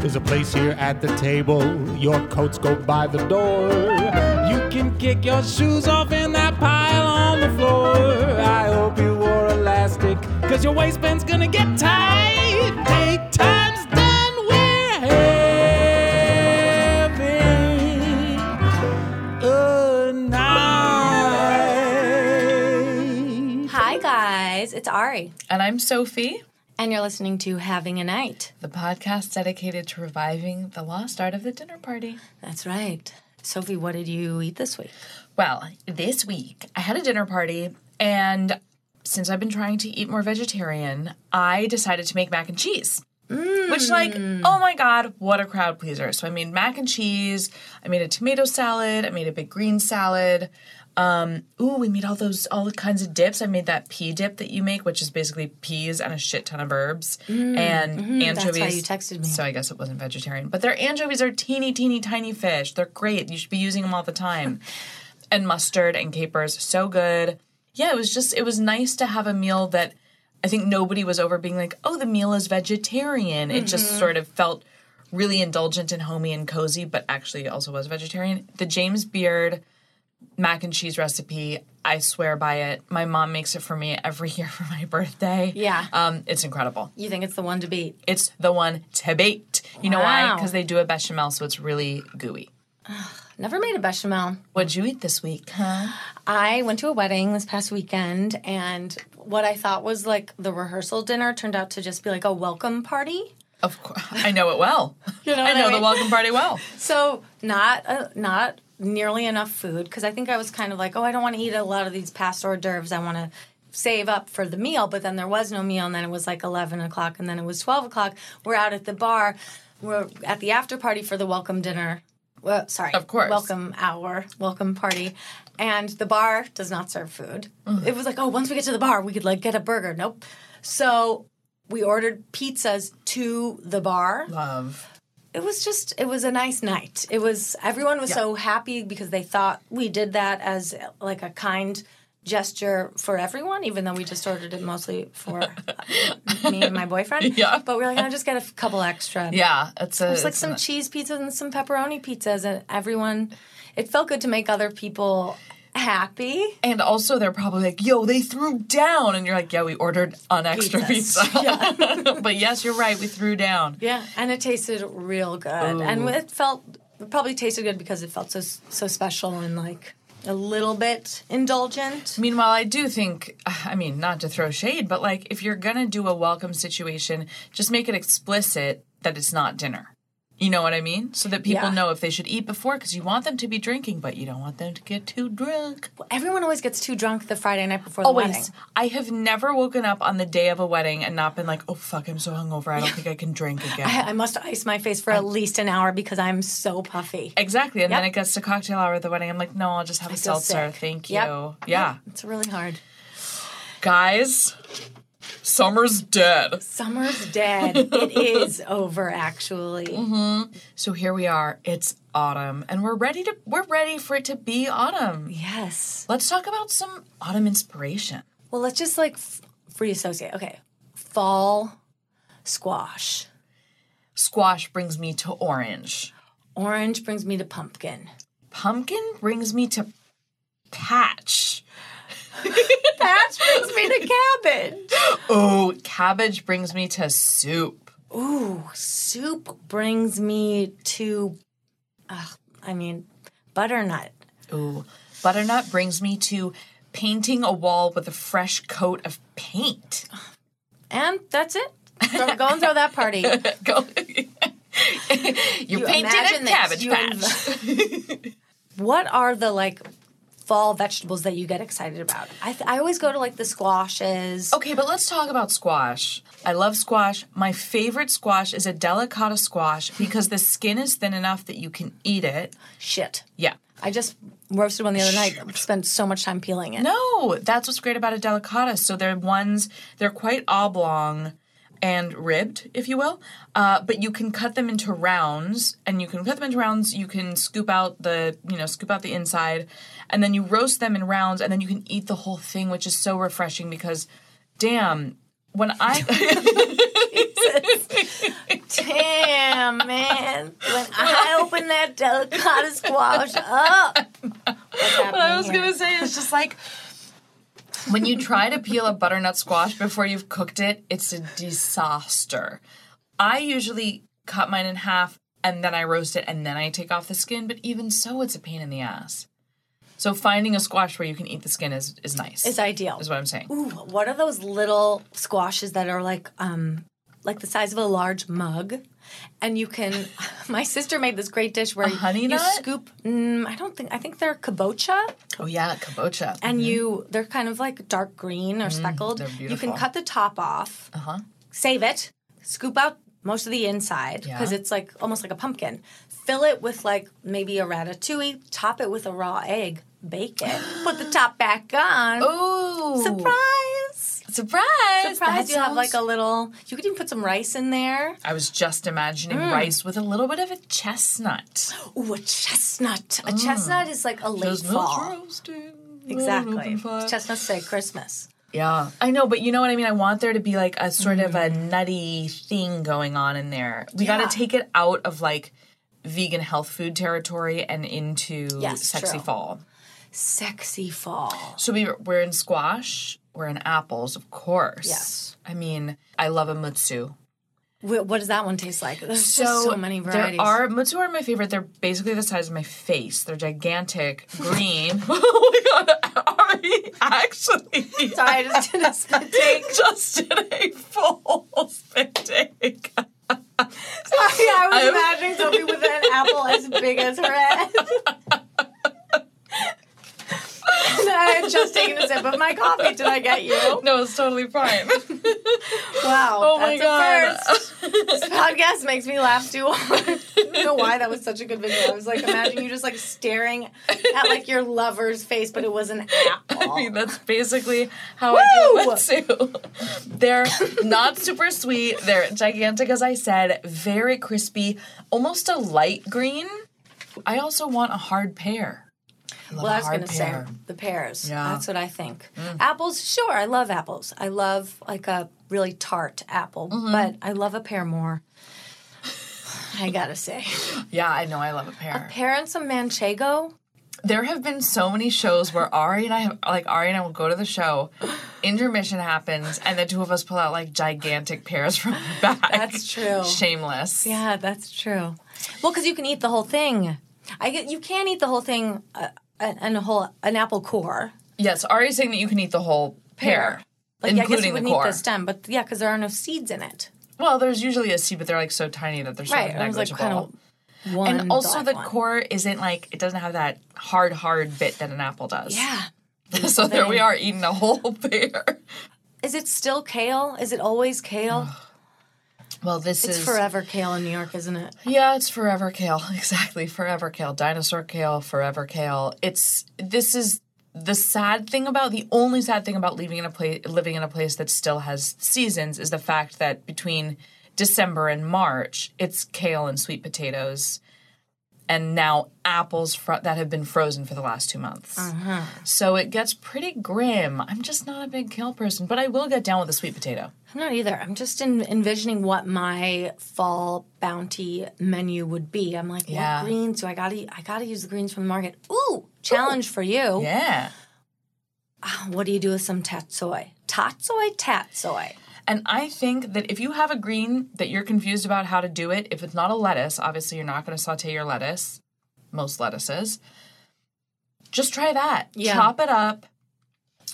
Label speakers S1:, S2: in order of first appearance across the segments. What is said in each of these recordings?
S1: There's a place here at the table. Your coats go by the door. You can kick your shoes off in that pile on the floor. I hope you wore elastic, cause your waistband's gonna get tight. Take time's done, we're having a night.
S2: Hi, guys. It's Ari,
S3: And I'm Sophie,
S2: and you're listening to Having a Night.
S3: the podcast dedicated to reviving the lost art of the dinner party.
S2: That's right. Sophie, what did you eat this week?
S3: Well, this week I had a dinner party, and since I've been trying to eat more vegetarian, I decided to make mac and cheese. Which, like,
S2: Mm.
S3: oh my God, what a crowd pleaser. So I made mac and cheese, I made a tomato salad, I made a big green salad. Um, ooh, we made all those all the kinds of dips. I made that pea dip that you make, which is basically peas and a shit ton of herbs
S2: Mm,
S3: and anchovies.
S2: mm-hmm. you texted me.
S3: So I guess it wasn't vegetarian. But their anchovies are teeny, teeny, tiny fish. They're great. You should be using them all the time. and mustard and capers. So good. Yeah, it was just it was nice to have a meal that I think nobody was over being like, "Oh, the meal is vegetarian." It just sort of felt really indulgent and homey and cozy, but actually also was vegetarian. The James Beard mac and cheese recipe, I swear by it. My mom makes it for me every year for my birthday.
S2: Yeah.
S3: Um, it's incredible.
S2: You think it's the one to beat?
S3: It's the one to bait. You know why?
S2: Wow.
S3: Because they do a bechamel, so it's really gooey.
S2: Never made a bechamel.
S3: What'd you eat this week? Huh?
S2: I went to a wedding this past weekend, and what I thought was like the rehearsal dinner turned out to just be like a welcome party.
S3: Of course, I know it well.
S2: You know
S3: I
S2: what I
S3: know the
S2: mean?
S3: welcome party well.
S2: So not uh, not nearly enough food because I think I was kind of like, oh, I don't want to eat a lot of these past hors d'oeuvres. I want to save up for the meal. But then there was no meal, and then it was like eleven o'clock, and then it was twelve o'clock. We're out at the bar. We're at the after party for the welcome dinner. Well, sorry,
S3: Of course.
S2: welcome hour, welcome party. And the bar does not serve food.
S3: Mm-hmm.
S2: It was like, oh, once we get to the bar, we could like get a burger. Nope. So we ordered pizzas to the bar
S3: Love.
S2: it was just it was a nice night it was everyone was so happy because they thought we did that as like a kind gesture for everyone even though we just ordered it mostly for uh, me and my boyfriend
S3: Yeah.
S2: but we are like i'll just get a f- couple extra
S3: Yeah, it's a.
S2: it's like
S3: it's
S2: some
S3: an-
S2: cheese pizzas and some pepperoni pizzas and everyone it felt good to make other people happy
S3: and also, they're probably like, "Yo, they threw down," and you're like, "Yeah, we ordered an extra
S2: Pizzas.
S3: pizza." but yes, you're right. We threw down.
S2: yeah and it tasted real good and it felt it probably tasted good because it felt so so special and like a little bit indulgent
S3: Meanwhile, I do think, I mean, not to throw shade, but like, if you're gonna do a welcome situation, just make it explicit that it's not dinner. You know what I mean? So that people
S2: Yeah.
S3: know if they should eat before, because you want them to be drinking, but you don't want them to get too drunk.
S2: Everyone always gets too drunk the Friday night before the wedding.
S3: Always. I have never woken up on the day of a wedding and not been like, oh fuck, I'm so hungover. I don't think I can drink again.
S2: I I must ice my face for at least an hour because I'm so puffy.
S3: exactly. And then
S2: Yep.
S3: it gets to cocktail hour at the wedding. I'm like, no, I'll just have a
S2: feel
S3: seltzer.
S2: sick.
S3: Thank you.
S2: Yep.
S3: Yeah.
S2: It's really hard.
S3: Guys, summer's dead.
S2: Summer's dead. it is over, actually.
S3: Mm-hmm. So here we are. It's autumn and we're ready to we're ready for it to be autumn.
S2: Yes.
S3: Let's talk about some autumn inspiration.
S2: Well, let's just like f- free associate. Okay. Fall squash.
S3: Squash brings me to orange.
S2: Orange brings me to pumpkin.
S3: Pumpkin brings me to patch.
S2: Patch brings me to cabbage.
S3: Oh, cabbage brings me to soup.
S2: Ooh, soup brings me to, ugh, I mean, butternut.
S3: Ooh, butternut brings me to painting a wall with a fresh coat of paint.
S2: And that's it. Go, go and throw that party.
S3: Go. you, painted
S2: imagine
S3: a
S2: this.
S3: cabbage
S2: You
S3: patch.
S2: what are the like fall vegetables that you get excited about? I, th- I always go to like the squashes.
S3: okay, but let's talk about squash. I love squash. My favorite squash is a delicata squash because the skin is thin enough that you can eat it.
S2: Shit.
S3: Yeah.
S2: I just roasted one the other night. Spent so much time peeling it.
S3: No, that's what's great about a delicata. So they're ones, they're quite oblong and ribbed, if you will. Uh, but you can cut them into rounds, and you can cut them into rounds. You can scoop out the, you know, scoop out the inside, and then you roast them in rounds, and then you can eat the whole thing, which is so refreshing because, damn, when I
S2: Damn, man. delicata squash up. What's happening
S3: What I was
S2: here?
S3: gonna say is just like when you try to peel a butternut squash before you've cooked it, it's a disaster. I usually cut mine in half and then I roast it and then I take off the skin, but even so, it's a pain in the ass. So finding a squash where you can eat the skin is is nice.
S2: It's ideal.
S3: is what I'm saying.
S2: Ooh, what are those little squashes that are like um like the size of a large mug? And you can my sister made this great dish where
S3: honey
S2: you
S3: nut?
S2: scoop mm, I don't think I think they're kabocha
S3: Oh yeah, kabocha.
S2: and you they're kind of like dark green or speckled.
S3: Mm-hmm. Mm, they're
S2: You
S3: beautiful.
S2: can cut the top off,
S3: uh-huh.
S2: save it, scoop out most of the inside because
S3: Yeah.
S2: it's like almost like a pumpkin. Fill it with like maybe a ratatouille, top it with a raw egg, bake it, put the top back on.
S3: Ooh.
S2: Surprise!
S3: Oh,
S2: Surprise!
S3: Surprise. That
S2: You have like
S3: sounds-
S2: a little. You could even put some rice in there.
S3: I was just imagining
S2: Mm.
S3: rice with a little bit of a chestnut.
S2: Ooh, a chestnut. A Oh. chestnut is like a late
S3: Chestnuts
S2: fall.
S3: roasting on an
S2: Exactly.
S3: open fire.
S2: Chestnuts say Christmas.
S3: Yeah, I know, but you know what I mean. I want there to be like a sort of a nutty thing going on in there. We
S2: Mm. Yeah.
S3: got to take it out of like vegan health food territory and into
S2: Yes,
S3: sexy
S2: true.
S3: fall.
S2: Sexy fall.
S3: So we we're in squash, we're in apples, of course.
S2: Yes.
S3: I mean, I love a mutsu.
S2: Wh- What does that one taste like? There's just so many varieties.
S3: There are mutsu are my favorite. They're basically the size of my face. They're gigantic, green. oh my god, Ari, actually.
S2: Sorry, I just did a spit take.
S3: just did a full spit take.
S2: Sorry, I was
S3: I'm-
S2: imagining Sophie with an apple as big as her head. And I had just taken a sip of my coffee. Did I get you?
S3: No, it's totally fine.
S2: Wow.
S3: oh my
S2: that's A
S3: god.
S2: first. podcast makes me laugh too hard. I don't know why that was such a good visual. I was like, imagine you just like staring at like your lover's face, but it was an apple.
S3: I mean, that's basically how I do
S2: Woo!
S3: matsu. They're not super sweet. They're gigantic, as I said, very crispy, almost a light green. I also want a hard pear. I love
S2: well,
S3: a
S2: I was
S3: hard
S2: gonna
S3: pear.
S2: say the pears.
S3: Yeah. Mm.
S2: That's what I think. Apples, sure, I love apples. I love like a really tart apple,
S3: Mm-hmm.
S2: but I love a pear more. I gotta say,
S3: Yeah, I know. I love a pear.
S2: pear and some manchego.
S3: there have been so many shows where Ari and I have like Ari and I will go to the show, intermission happens, and the two of us pull out like gigantic pears from the back.
S2: That's true.
S3: Shameless.
S2: Yeah, that's true. Well, because you can eat the whole thing. I get you can eat the whole thing uh, and and a whole an apple core.
S3: Yes, Ari's saying that you can eat the whole pear.
S2: Like,
S3: including
S2: I guess you
S3: the
S2: would
S3: core.
S2: need the stem, but yeah, because there are no seeds in it.
S3: Well, there's usually a seed, but they're like so tiny that they're sort
S2: Right.
S3: of
S2: It was like
S3: negligible.
S2: kind of one.
S3: and also,
S2: black
S3: the
S2: one.
S3: core isn't like it doesn't have that hard, hard bit that an apple does.
S2: Yeah.
S3: so there we are eating a whole pear.
S2: Is it still kale? Is it always kale?
S3: Well, this
S2: it's
S3: is
S2: forever kale in New York, isn't it?
S3: Yeah, it's forever kale. Exactly. Forever kale. Dinosaur kale, forever kale. It's this is the sad thing about the only sad thing about living in a place living in a place that still has seasons is the fact that between December and March, it's kale and sweet potatoes and now apples fro- that have been frozen for the last 2 months.
S2: Mm.
S3: So it gets pretty grim. I'm just not a big kale person, but I will get down with a sweet potato.
S2: I'm not either. I'm just en- envisioning what my fall bounty menu would be. I'm like,
S3: Yeah.
S2: what greens do I gotta? u- I gotta use the greens from the market. Ooh, challenge for you.
S3: Yeah.
S2: Ah, What do you do with some tatsoi? Tatsoi, tatsoi.
S3: And I think that if you have a green that you're confused about how to do it, if it's not a lettuce, obviously you're not going to saute your lettuce, most lettuces. Just try that.
S2: Yeah.
S3: Chop it up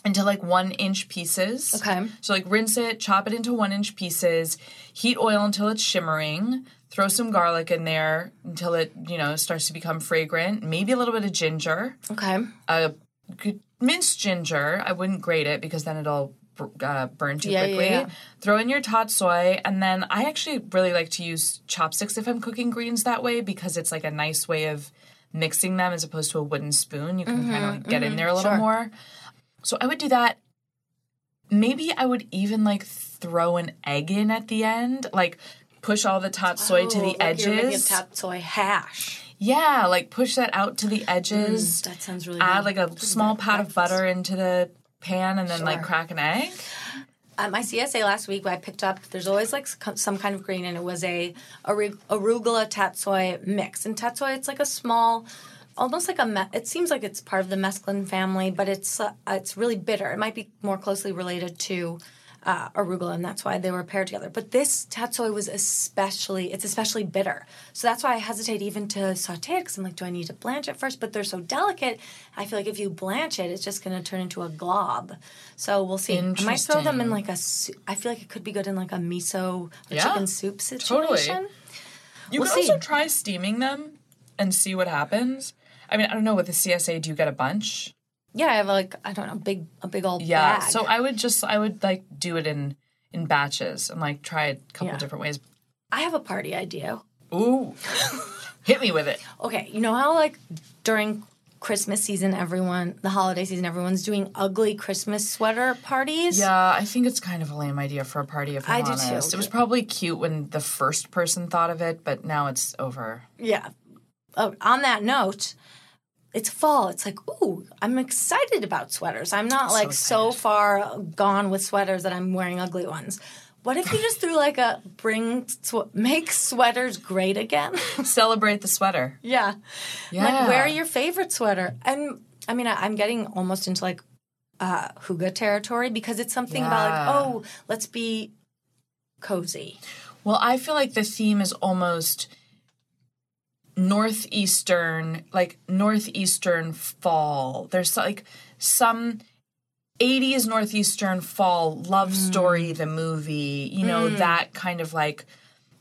S3: into like one inch pieces.
S2: Okay.
S3: So like rinse it, chop it into one inch pieces, heat oil until it's shimmering, throw some garlic in there until it, you know, starts to become fragrant, maybe a little bit of ginger
S2: Okay.
S3: a good minced ginger. I wouldn't grate it because then it'll br- uh, burn too
S2: Yeah, yeah,
S3: quickly.
S2: yeah.
S3: Throw in your tatsoi, and then I actually really like to use chopsticks if I'm cooking greens that way because it's like a nice way of mixing them as opposed to a wooden spoon. You can kind of like get in there a little
S2: Mm-hmm, Sure.
S3: more. So I would do that. Maybe I would even like throw an egg in at the end, like push all the tatsoi to
S2: Oh,
S3: the
S2: like You're making a
S3: edges.
S2: tatsoi hash.
S3: yeah, like push that out to the edges
S2: That sounds really
S3: add
S2: good.
S3: like a small pat of
S2: breakfast.
S3: butter into the pan and then like
S2: Sure.
S3: crack an egg.
S2: at my CSA last week, I picked up. There's always like sc- some kind of green, and it was a aru- arugula tatsoi mix. And tatsoi, it's like a small, almost like a. Me- it seems like it's part of the mesclun family, but it's uh, it's really bitter. It might be more closely related to. Uh, arugula, and that's why they were paired together. But this tatsoi was especially, it's especially bitter. So that's why I hesitate even to saute it because I'm like, do I need to blanch it first? But they're so delicate. I feel like if you blanch it, it's just going to turn into a glob. So we'll see. I might throw them in
S3: Interesting.
S2: like a su- I feel like it could be good in like a miso or
S3: Yeah,
S2: chicken soup
S3: totally.
S2: situation.
S3: You
S2: We'll
S3: can also
S2: see.
S3: try steaming them and see what happens. I mean, I don't know with the CSA, do you get a bunch?
S2: Yeah, I have like I don't know, big a big old
S3: Yeah.
S2: bag.
S3: So I would just I would like do it in in batches and like try it a couple
S2: Yeah.
S3: different ways.
S2: I have a party idea.
S3: Ooh. Hit me with it.
S2: Okay, you know how like during Christmas season everyone, the holiday season everyone's doing ugly Christmas sweater parties?
S3: Yeah, I think it's kind of a lame idea for a party if I'm
S2: I do too.
S3: honest. It was probably cute when the first person thought of it, but now it's over.
S2: Yeah. Oh, on that note, it's fall. It's like, ooh, I'm excited about sweaters. I'm not like so far gone with sweaters that I'm wearing ugly ones. What if you just threw like a bring, sw- make sweaters great again?
S3: Celebrate the sweater.
S2: yeah.
S3: Yeah.
S2: Like, wear your favorite sweater. And I mean, I, I'm getting almost into like uh, Huga territory because it's something
S3: Yeah.
S2: about like, oh, let's be cozy.
S3: Well, I feel like the theme is almost northeastern, like northeastern fall. There's like some 80s northeastern fall love
S2: Mm.
S3: story the movie, you know, that kind of like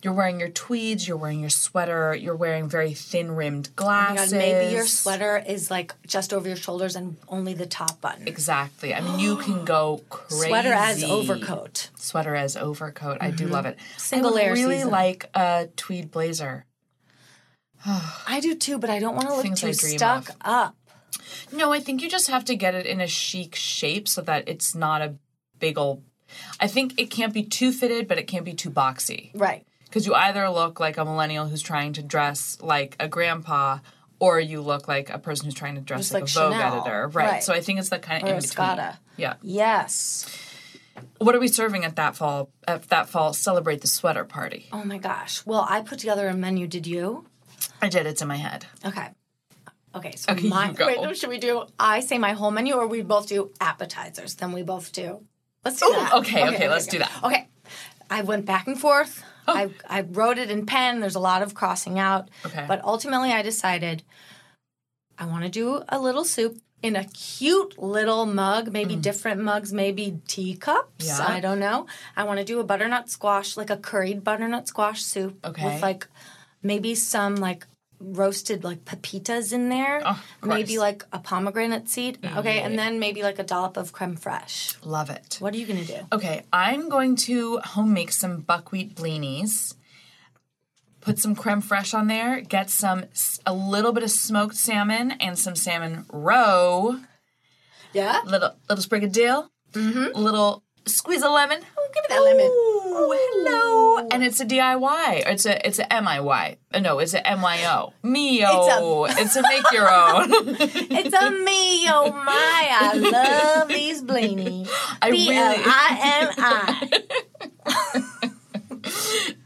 S3: you're wearing your tweeds, you're wearing your sweater, you're wearing very thin-rimmed
S2: Oh my God,
S3: glasses.
S2: maybe your sweater is like just over your shoulders and only the top button.
S3: Exactly. I mean, you can go crazy.
S2: Sweater as overcoat. Mm-hmm.
S3: Sweater as overcoat. I do love it.
S2: Single
S3: I would
S2: layer
S3: really
S2: season.
S3: like a tweed blazer.
S2: I do too, but I don't want to look
S3: Things I
S2: too
S3: dream
S2: stuck
S3: of.
S2: up.
S3: No, I think you just have to get it in a chic shape so that it's not a big old. I think it can't be too fitted, but it can't be too boxy.
S2: Right.
S3: Because you either look like a millennial who's trying to dress like a grandpa, or you look like a person who's trying to dress
S2: Just
S3: like,
S2: like
S3: a Vogue
S2: Chanel.
S3: editor. Right.
S2: Right.
S3: So I think it's that kind of
S2: Or
S3: in
S2: a
S3: between.
S2: Scotta.
S3: Yeah.
S2: Yes.
S3: What are we serving at that fall? At that fall, celebrate the sweater party.
S2: Oh my gosh. Well, I put together a menu. Did you?
S3: I did. It's in my head.
S2: Okay. Okay. So
S3: Okay,
S2: my
S3: you go.
S2: wait. no, Should we do? I say my whole menu, or we both do appetizers? Then we both do. Let's do that.
S3: okay, okay, let's do that. Oh.
S2: Okay. I went back and forth. I, I wrote it in pen. There's a lot of crossing out.
S3: Okay.
S2: But ultimately, I decided I want to do a little soup in a cute little mug, maybe different mugs, maybe teacups.
S3: Mm. Yeah.
S2: I don't know. I want to do a butternut squash, like a curried butternut squash soup
S3: Okay.
S2: with like maybe some like roasted like pepitas in there. maybe
S3: Oh, gross. Mm-hmm.
S2: like a pomegranate seed. Okay. And then maybe like a dollop of creme fraiche.
S3: Love it.
S2: What are you going to do?
S3: Okay, I'm going to home make some buckwheat blinis. Put some creme fraiche on there. Get some s- a little bit of smoked salmon and some salmon roe.
S2: Yeah.
S3: Little little sprig of dill. Mm-hmm. Little squeeze of lemon. Oh, give me
S2: that lemon.
S3: hello. And it's a DIY. Or it's a it's a MIY. Uh, No, it's a MYO. Mio. It's a, make your own.
S2: It's a me, oh my. I love these blinis.
S3: I
S2: B L
S3: really
S2: I N I.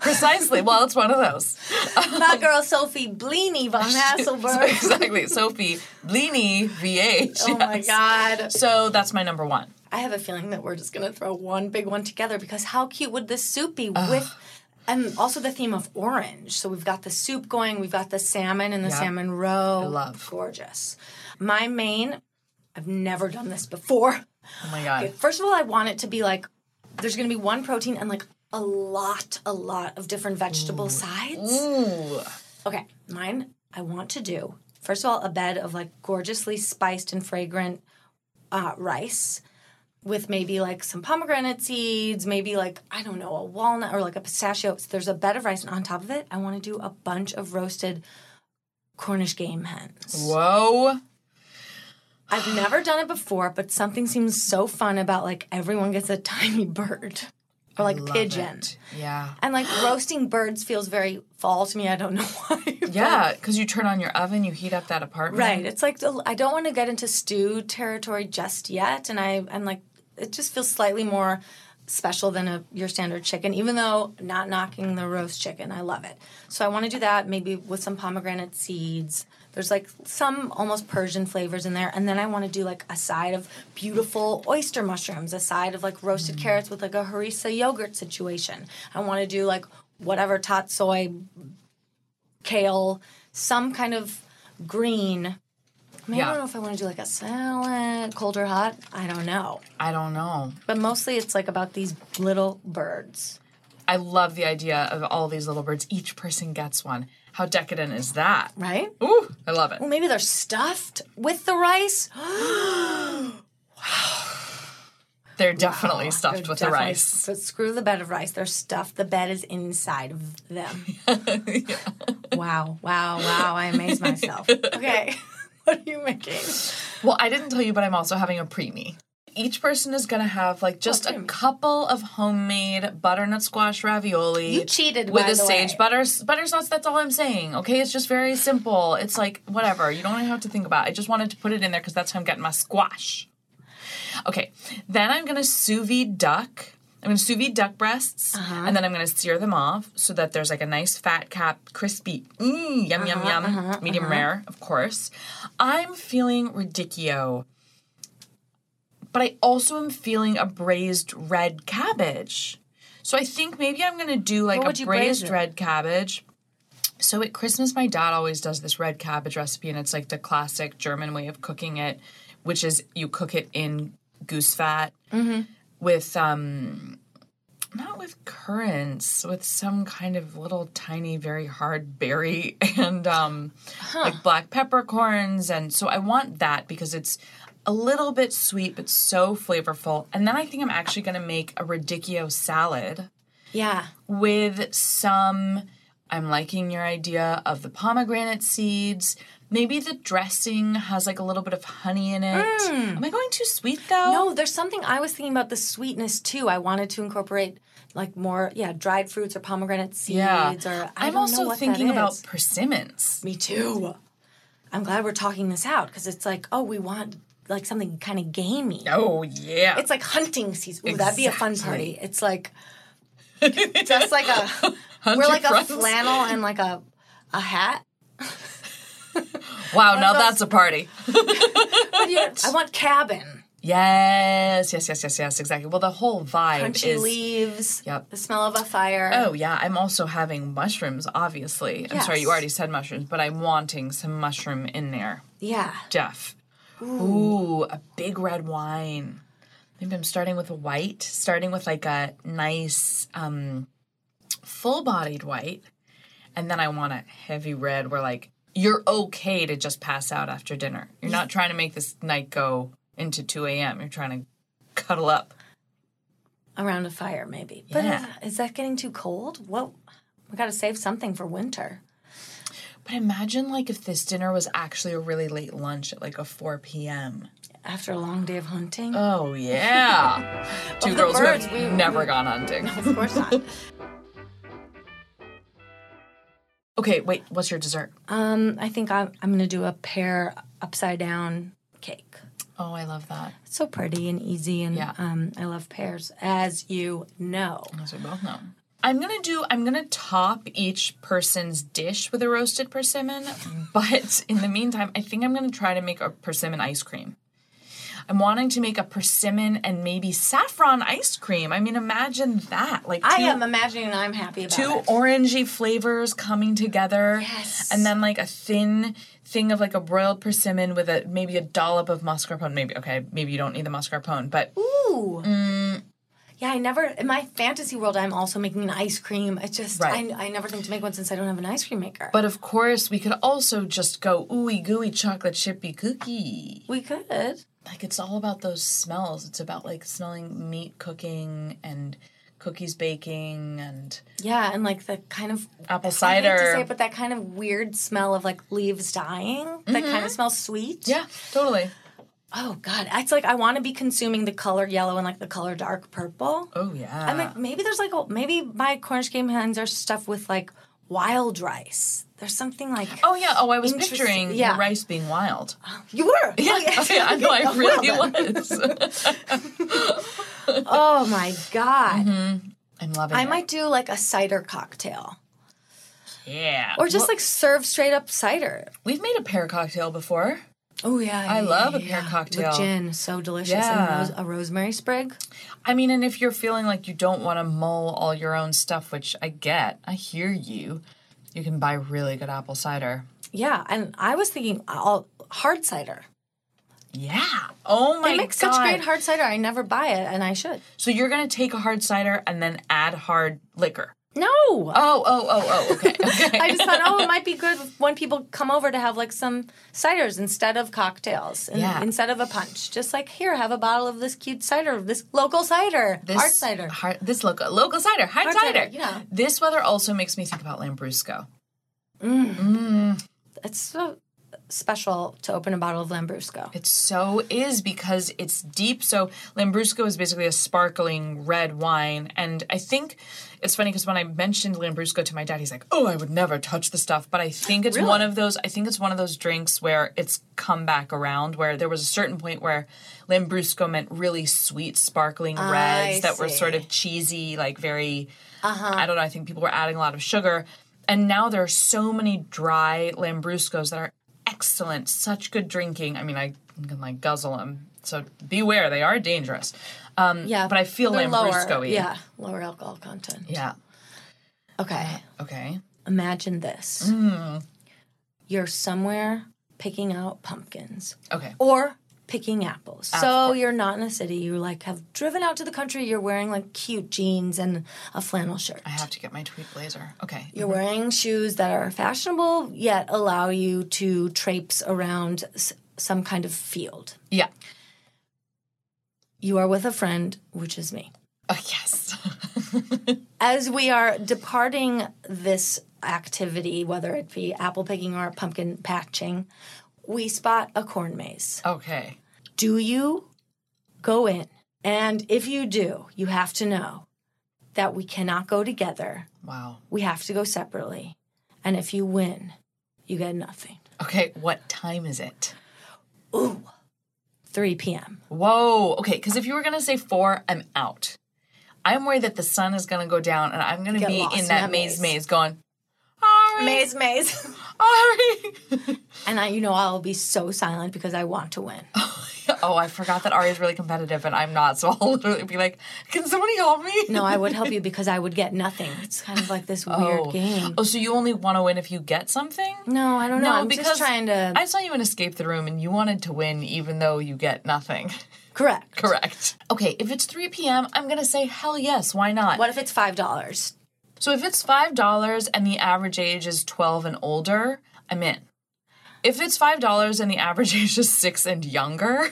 S3: precisely. Well, it's one of those.
S2: My girl Sophie Blini von Hasselberg.
S3: exactly. Sophie Blini VH.
S2: Oh my
S3: yes.
S2: God.
S3: So that's my number one.
S2: I have a feeling that we're just going to throw one big one together because how cute would this soup be with. And also the theme of orange. So we've got the soup going, we've got the salmon and the
S3: Yeah.
S2: salmon roe. I
S3: love.
S2: Gorgeous. My main, I've never done this before.
S3: Oh my god.
S2: Okay, First of all, I want it to be like there's going to be one protein and like a lot, a lot of different vegetable sides.
S3: Ooh.
S2: Okay, mine, I want to do first of all a bed of like gorgeously spiced and fragrant uh, rice with maybe like some pomegranate seeds, maybe like I don't know a walnut or like a pistachio. So there's a bed of rice, and on top of it, I want to do a bunch of roasted Cornish game hens.
S3: Whoa.
S2: I've never done it before, but something seems so fun about like everyone gets a tiny bird or like
S3: Love
S2: pigeon.
S3: it. Yeah.
S2: And like roasting birds feels very fall to me. I don't know why. but-
S3: Yeah, because you turn on your oven, you heat up that apartment.
S2: Right. It's like the- I don't want to get into stew territory just yet, and I I'm like it just feels slightly more special than a, your standard chicken, even though not knocking the roast chicken. I love it. So I want to do that maybe with some pomegranate seeds. There's like some almost Persian flavors in there. And then I want to do like a side of beautiful oyster mushrooms, a side of like roasted carrots with like a harissa yogurt situation. I want to do like whatever tatsoi, kale, some kind of green. I, mean, I
S3: Yeah.
S2: don't know if I want to do like a salad, cold or hot. I don't know.
S3: I don't know.
S2: But mostly it's like about these little birds.
S3: I love the idea of all these little birds. Each person gets one. How decadent is that?
S2: Right?
S3: Ooh, I love it.
S2: Well, maybe they're stuffed with the rice.
S3: They're definitely stuffed
S2: They're
S3: with
S2: definitely-
S3: the rice.
S2: But screw the bed of rice. They're stuffed. The bed is inside of them. Wow, wow, wow. I amaze myself. Okay. what are you making?
S3: Well, I didn't tell you, but I'm also having a preemie. Each person is gonna have like just a
S2: Oh, preemie.
S3: couple of homemade butternut squash ravioli.
S2: You cheated,
S3: with
S2: by the
S3: a sage
S2: way.
S3: butter butter sauce. That's all I'm saying. Okay, it's just very simple. It's like whatever. You don't have to think about. it. I just wanted to put it in there because that's how I'm getting my squash. Okay, then I'm gonna sous vide duck. I'm gonna sous vide duck breasts,
S2: Uh-huh.
S3: and then I'm gonna sear them off so that there's like a nice fat cap, crispy. Mm, yum
S2: Uh-huh,
S3: yum yum. Medium rare, of course. I'm feeling ridiculous. But I also am feeling a braised red cabbage. So I think maybe I'm gonna do like
S2: What
S3: a
S2: would you braise
S3: braised
S2: it?
S3: red cabbage. So at Christmas, my dad always does this red cabbage recipe, and it's like the classic German way of cooking it, which is you cook it in goose fat
S2: Mm-hmm.
S3: with um not with currants, with some kind of little tiny, very hard berry and um like black peppercorns. And so I want that because it's a little bit sweet but so flavorful. And then I think I'm actually gonna make a radicchio salad
S2: Yeah.
S3: with some I'm liking your idea of the pomegranate seeds. Maybe the dressing has like a little bit of honey in it. Am I going too sweet though?
S2: Mm. No, there's something I was thinking about the sweetness too. I wanted to incorporate like more, yeah, dried fruits or pomegranate seeds
S3: Yeah.
S2: or I
S3: I'm
S2: don't
S3: also
S2: know what
S3: thinking
S2: that
S3: about
S2: is.
S3: persimmons.
S2: Me too. I'm glad we're talking this out because it's like, oh, we want like something kind of gamey.
S3: Oh yeah.
S2: It's like hunting season. Ooh, that'd be a fun
S3: Exactly.
S2: party. It's like dressed like a we're like
S3: fronts.
S2: a flannel and like a a hat.
S3: wow, now
S2: those-
S3: that's a party.
S2: But yeah, I want cabin.
S3: Yes, yes, yes, yes, yes, exactly. Well, the whole vibe
S2: Crunchy
S3: is
S2: leaves.
S3: Yep.
S2: The smell of a fire.
S3: Oh yeah, I'm also having mushrooms obviously. I'm sorry, you
S2: Yes.
S3: already said mushrooms, but I'm wanting some mushroom in there.
S2: Yeah.
S3: Jeff. Ooh, a big red wine. Maybe I'm starting with a white, starting with like a nice, um, full bodied white. And then I want a heavy red where, like, you're okay to just pass out after dinner. You're not trying to make this night go into 2 a.m., you're trying to cuddle up.
S2: Around a fire maybe. But
S3: Yeah.
S2: uh, is that getting too cold? What we gotta save something for winter.
S3: But imagine, like, if this dinner was actually a really late lunch at like a 4 p.m.
S2: After a long day of hunting.
S3: Oh, yeah. Two
S2: the
S3: girls who
S2: birds,
S3: have
S2: we-
S3: never gone hunting.
S2: of course not.
S3: Okay, wait, what's your dessert?
S2: Um, I think I'm, I'm gonna do a pear upside down cake.
S3: Oh, I love that.
S2: It's so pretty and easy, and
S3: Yeah.
S2: um, I love pears, as you know.
S3: As we both know. I'm gonna do. I'm gonna top each person's dish with a roasted persimmon, but in the meantime, I think I'm gonna try to make a persimmon ice cream. I'm wanting to make a persimmon and maybe saffron ice cream. I mean, imagine that. Like
S2: I
S3: two-
S2: am imagining I'm happy about
S3: two
S2: it.
S3: orangey flavors coming together.
S2: Yes.
S3: And then like a thin thing of like a broiled persimmon with a maybe a dollop of mascarpone. Maybe okay, maybe you don't need the mascarpone, but
S2: Ooh.
S3: Mm.
S2: Yeah, I never in my fantasy world. I'm also making an ice cream. It's just
S3: Right.
S2: I, I never think to make one since I don't have an ice cream maker.
S3: But of course, we could also just go ooey gooey chocolate chippy cookie.
S2: we could.
S3: Like it's all about those smells. It's about like smelling meat cooking and cookies baking and
S2: Yeah, and like the kind of
S3: apple
S2: I hate
S3: cider.
S2: to say, it, but that kind of weird smell of like leaves dying. That kind of smells sweet.
S3: Mm-hmm. yeah, totally.
S2: Oh God, it's like I want to be consuming the color yellow and like the color dark purple.
S3: Oh yeah.
S2: I'm like, maybe there's like a, maybe my Cornish game hens are stuffed with like wild rice. There's something like
S3: Oh yeah. Oh, I was
S2: Interesting.
S3: picturing
S2: Yeah.
S3: the rice being wild.
S2: you were.
S3: Yeah.
S2: Oh,
S3: Okay, I know. I
S2: Well
S3: really
S2: done.
S3: was.
S2: Oh my god!
S3: Mm-hmm. I'm loving.
S2: I
S3: it.
S2: might do like a cider cocktail,
S3: Yeah.
S2: or just
S3: Well,
S2: like serve straight up cider.
S3: we've made a pear cocktail before.
S2: Oh yeah,
S3: I
S2: yeah,
S3: love a
S2: yeah,
S3: pear
S2: yeah.
S3: cocktail.
S2: with gin. So delicious.
S3: Yeah.
S2: And rose, a rosemary sprig.
S3: I mean, and if you're feeling like you don't want to mull all your own stuff, which I get, I hear you. You can buy really good apple cider.
S2: Yeah, and I was thinking all hard cider.
S3: Yeah. Oh my
S2: They make
S3: god.
S2: such great hard cider. I never buy it, and I should.
S3: so you're gonna take a hard cider and then add hard liquor.
S2: No.
S3: Oh, oh, oh, oh. Okay. okay.
S2: I just thought, oh, it might be good when people come over to have like some ciders instead of cocktails, and
S3: Yeah.
S2: instead of a punch. Just like here, have a bottle of this cute cider, this local cider,
S3: This
S2: art cider.
S3: hard- this local local cider, hard,
S2: Hard
S3: cider.
S2: cider, yeah.
S3: This weather also makes me think about Lambrusco.
S2: It's so special to open a bottle of Lambrusco.
S3: It so is because it's deep. So Lambrusco is basically a sparkling red wine, and I think it's funny because when I mentioned Lambrusco to my dad, he's like, "Oh, I would never touch the stuff." But I think it's one of those. I think it's one of those drinks where it's come back around. Where there was a certain point where Lambrusco meant really sweet sparkling reds that were
S2: see.
S3: sort of cheesy, like very. I don't know. I think people were adding a lot of sugar, and now there are so many dry Lambruscos that are excellent, such good drinking. I mean, I can like guzzle them, so beware. They are dangerous. Um,
S2: Yeah,
S3: but I feel
S2: they're
S3: Lambrusco-y.
S2: lower. Yeah, lower alcohol content.
S3: yeah.
S2: Okay,
S3: Okay.
S2: imagine this:
S3: Mm.
S2: you're somewhere picking out pumpkins
S3: Okay.
S2: or picking apples. So you're not in a city. You like have driven out to the country. You're wearing like cute jeans and a flannel shirt.
S3: I have to get my tweed blazer. Okay.
S2: You're wearing shoes that are fashionable yet allow you to traipse around s- some kind of field.
S3: Yeah.
S2: You are with a friend, which is me.
S3: Oh yes.
S2: As we are departing this activity, whether it be apple picking or pumpkin patching, we spot a corn maze.
S3: okay.
S2: Do you go in? And if you do, you have to know that we cannot go together.
S3: Wow.
S2: We have to go separately. And if you win, you get nothing.
S3: Okay. What time is it?
S2: 3 p.m.
S3: Whoa. Okay. Because if you were gonna say four, I'm out. I'm worried that the sun is gonna go down and I'm gonna
S2: Get
S3: be
S2: lost
S3: in
S2: in
S3: that
S2: that
S3: maze,
S2: maze.
S3: maze going. Ari,
S2: Maze, maze.
S3: Ari.
S2: and I, you know, I'll be so silent because I want to win.
S3: oh, I forgot that Ari is really competitive and I'm not. So I'll literally be like, "Can somebody help me?"
S2: No, I would help you because I would get nothing. It's kind of like this weird
S3: Oh.
S2: game.
S3: Oh, so you only want to win if you get something?
S2: No, I don't know. I'm just trying to.
S3: I saw you in Escape the Room, and you wanted to win even though you get nothing.
S2: correct.
S3: Correct. Okay, if it's 3 p.m., I'm going to say hell yes. Why not?
S2: What if it's five dollars?
S3: So if it's $5 and the average age is 12 and older, I'm in. If it's $5 and the average age is 6 and younger,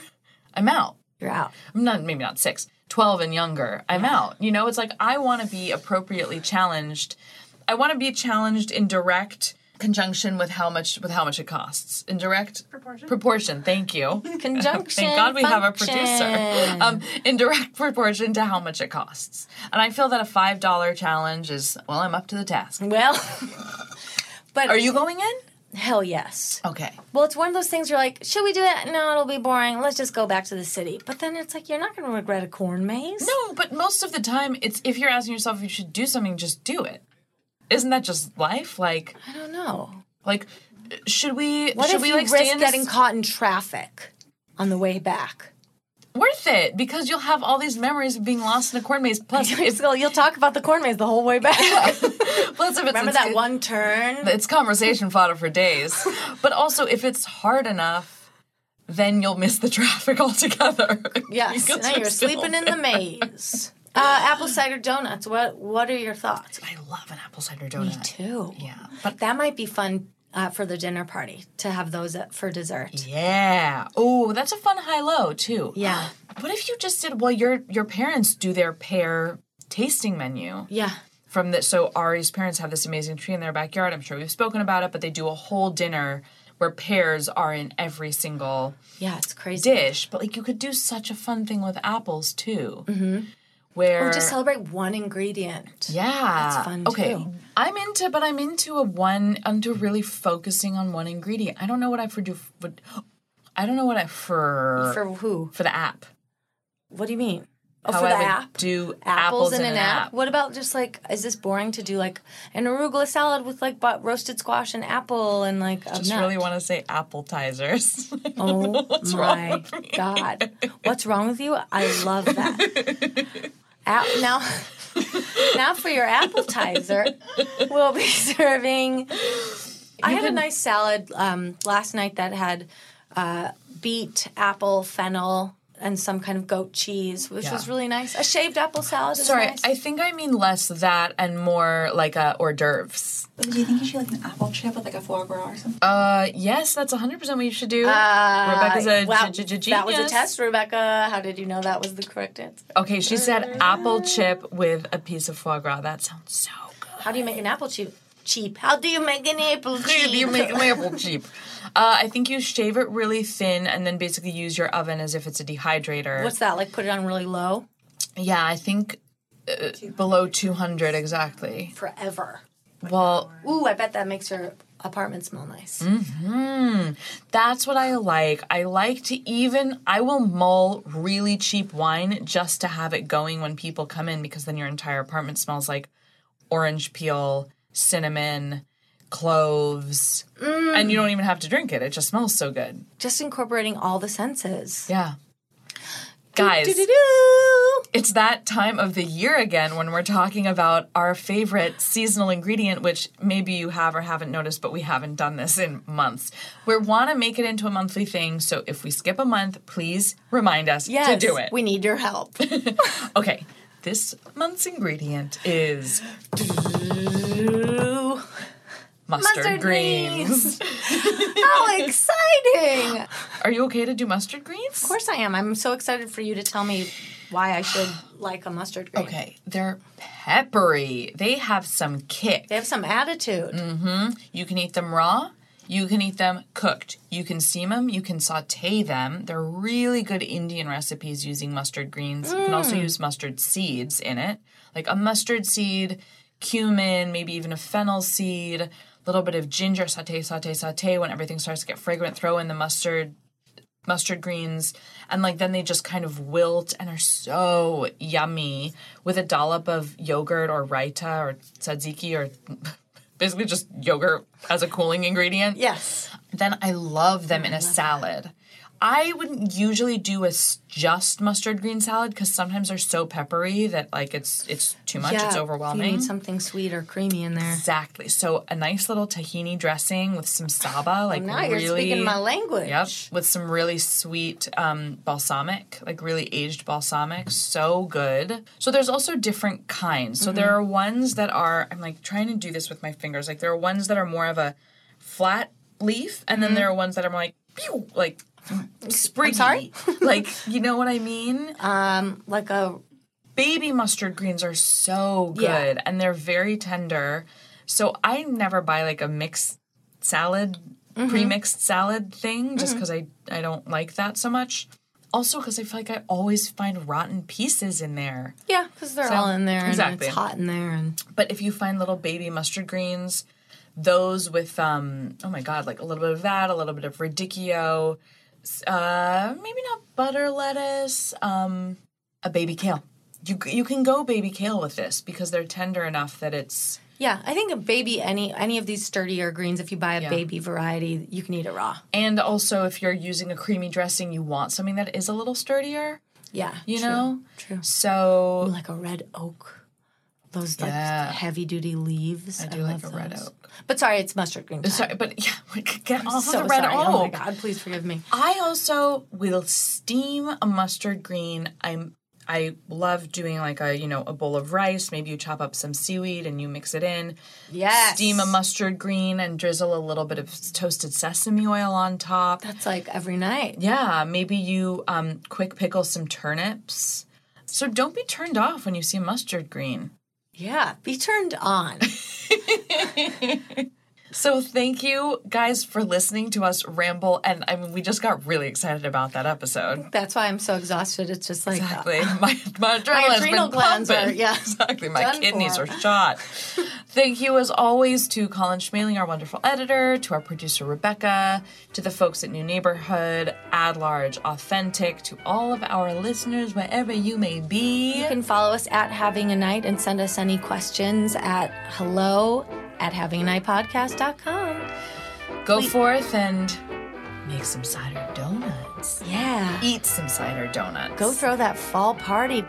S3: I'm out.
S2: You're out.
S3: I'm not maybe not six, 12 and younger, I'm out. You know, it's like I want to be appropriately challenged. I want to be challenged in direct conjunction with how much with how much it costs. In direct proportion. Proportion, thank you.
S2: Conjunction.
S3: Thank God we have a producer.
S2: function.
S3: Um, in direct proportion to how much it costs. And I feel that a five dollar challenge is well, I'm up to the task.
S2: Well, but
S3: Are you going in?
S2: Hell yes.
S3: Okay.
S2: Well, it's one of those things where like, should we do that? No, it'll be boring. Let's just go back to the city. But then it's like you're not going to regret a corn maze.
S3: No, but most of the time it's if you're asking yourself if you should do something, just do it. Isn't that just life? Like
S2: I don't know.
S3: Like, should we?
S2: What
S3: should
S2: if
S3: we
S2: you
S3: like stay
S2: risk
S3: in this-
S2: getting caught in traffic on the way back?
S3: Worth it because you'll have all these memories of being lost in a corn maze. Plus, if,
S2: You'll, you'll talk about the corn maze the whole way back.
S3: plus if it's
S2: Remember
S3: it's-
S2: that one turn?
S3: It's conversation fodder for days. But also, if it's hard enough, then you'll miss the traffic altogether.
S2: Yes.
S3: Because
S2: Now you're
S3: still
S2: sleeping in
S3: there.
S2: the maze. Uh, apple cider donuts. What What are your thoughts?
S3: I love an apple cider donut.
S2: Me too.
S3: Yeah, but
S2: That might be fun uh, for the dinner party to have those at, for dessert.
S3: yeah. Oh, that's a fun high low too.
S2: Yeah.
S3: What if you just did? Well, your your parents do their pear tasting menu.
S2: Yeah.
S3: from the so Ari's parents have this amazing tree in their backyard. I'm sure we've spoken about it, but they do a whole dinner where pears are in every single
S2: Yeah, it's crazy.
S3: dish. But like you could do such a fun thing with apples too, mm-hmm. where
S2: Or just celebrate one ingredient.
S3: yeah,
S2: Oh, That's fun,
S3: okay.
S2: too.
S3: I'm into, but I'm into a one, into really focusing on one ingredient. I don't know what I for do, would, I don't know what I for
S2: For who?
S3: for the app.
S2: What do you mean? Oh,
S3: How
S2: for the
S3: I would
S2: app?
S3: do
S2: Apples,
S3: apples
S2: in
S3: in
S2: an,
S3: an
S2: app?
S3: app.
S2: What about just like, is this boring to do like an arugula salad with like bu- roasted squash and apple and like a
S3: Just
S2: nut?
S3: really want to say appetizers.
S2: Oh
S3: wrong
S2: my God. What's wrong with you? I love that. A- now, now for your appetizer, we'll be serving. I had a nice salad um, last night that had uh, beet, apple, fennel, and some kind of goat cheese, which was
S3: Yeah.
S2: really nice. A shaved apple salad is
S3: Sorry,
S2: nice.
S3: I think I mean less that and more like uh, hors d'oeuvres.
S4: Do you think you should like an apple chip with like a foie gras or something?
S3: Uh, yes, that's 100% what you should do.
S2: Uh,
S3: Rebecca's a
S2: wow,
S3: g- g-
S2: that was a
S3: genius.
S2: test, Rebecca. How did you know that was the correct answer?
S3: Okay, she
S2: Mm-hmm.
S3: said apple chip with a piece of foie gras. That sounds so good.
S2: How do you make an apple cheap? Cheap. How do you make an apple cheap?
S3: You make an apple chip. Uh, I think you shave it really thin and then basically use your oven as if it's a dehydrator.
S2: What's that? Like put it on really low
S3: yeah, I think uh, below 200 exactly.
S2: forever.
S3: Well,
S2: Ooh, I bet that makes your apartment smell nice.
S3: Mm. That's what I like. I like to even I will mull really cheap wine just to have it going when people come in because then your entire apartment smells like orange peel, cinnamon, cloves, and you don't even have to drink it. It just smells so good.
S2: Just incorporating all the senses.
S3: Yeah. Guys,
S2: Do-do-do.
S3: it's that time of the year again when we're talking about our favorite seasonal ingredient, which maybe you have or haven't noticed, but we haven't done this in months. We want to make it into a monthly thing, so if we skip a month, please remind us
S2: Yes,
S3: to do it.
S2: We need your help.
S3: okay, this month's ingredient is
S2: Ooh,
S3: mustard,
S2: mustard
S3: greens.
S2: greens. How exciting! Of
S3: Are you okay to do mustard greens? Of
S2: course I am. I'm so excited for you to tell me why I should like a mustard green.
S3: Okay, they're peppery. They have some kick.
S2: They have some attitude.
S3: Mm. You can eat them raw. You can eat them cooked. You can steam them. You can saute them. They're really good Indian recipes using mustard greens. You can also use mustard seeds in it, like a mustard seed, cumin, maybe even a fennel seed, a little bit of ginger. Saute, saute, saute. When everything starts to get fragrant, throw in the mustard mustard greens and like then they just kind of wilt and are so yummy with a dollop of yogurt or raita or tzatziki or basically just yogurt as a cooling ingredient.
S2: Yes.
S3: Then I love them in a salad. I wouldn't usually do a s- just mustard green salad cuz sometimes they're so peppery that like it's it's too much, it's
S2: You
S3: overwhelming.
S2: need something sweet or creamy in there.
S3: Exactly. So a nice little tahini dressing with some saba, like
S2: Oh, Now
S3: really
S2: you're speaking my language.
S3: Yep, with some really sweet um, balsamic, like really aged balsamic. So good. So there's also different kinds. So there are ones that are, I'm like trying to do this with my fingers. Like there are ones that are more of a flat leaf, and then there are ones that are more like, pew, like spriggy.
S2: sorry?
S3: like, you know what I mean?
S2: Um, like a
S3: baby mustard greens are so good
S2: Yeah.
S3: and they're very tender. So I never buy like a mixed salad, pre-mixed salad thing just because I I don't like that so much. Also because I feel like I always find rotten pieces in there.
S2: yeah, because they're all in there and
S3: exactly.
S2: it's hot in there and
S3: But if you find little baby mustard greens, those with um oh my god, like a little bit of that, a little bit of radicchio, s- uh maybe not butter lettuce, um a baby kale. You c- you can go baby kale with this because they're tender enough that it's
S2: yeah. I think a baby any any of these sturdier greens, if you buy a baby variety, you can eat it raw.
S3: and also if you're using a creamy dressing, you want something that is a little sturdier,
S2: Yeah,
S3: you
S2: true.
S3: know?
S2: true.
S3: So
S2: Like a red oak, those like
S3: Yeah.
S2: heavy duty leaves. I
S3: do like
S2: love
S3: a red
S2: those.
S3: oak.
S2: But sorry, it's mustard green. Time.
S3: Sorry, but yeah, get off
S2: So
S3: of the red
S2: sorry.
S3: oak.
S2: Oh my god, please forgive me.
S3: I also will steam a mustard green. I'm I love doing like a you know a bowl of rice. Maybe you chop up some seaweed and you mix it in.
S2: Yes.
S3: Steam a mustard green and drizzle a little bit of toasted sesame oil on top.
S2: That's like every night.
S3: Yeah, maybe you um, quick pickle some turnips. So don't be turned off when you see mustard green.
S2: Yeah, be turned on.
S3: So thank you guys for listening to us ramble, and I mean we just got really excited about that episode.
S2: That's why I'm so exhausted. It's just like
S3: Exactly. My, my adrenaline's
S2: adrenal
S3: been
S2: glands
S3: pumping.
S2: are- yeah.
S3: Exactly. My
S2: Done
S3: kidneys
S2: for.
S3: are shot. Thank you, as always, to Colin Schmaling, our wonderful editor, to our producer, Rebecca, to the folks at New Neighborhood, Ad Large, Authentic, to all of our listeners, wherever you may be.
S2: You can follow us at Having a Night and send us any questions at hello at havinganightpodcast.com.
S3: Go forth and make some cider donuts.
S2: Yeah.
S3: Eat some cider donuts.
S2: Go throw that fall party.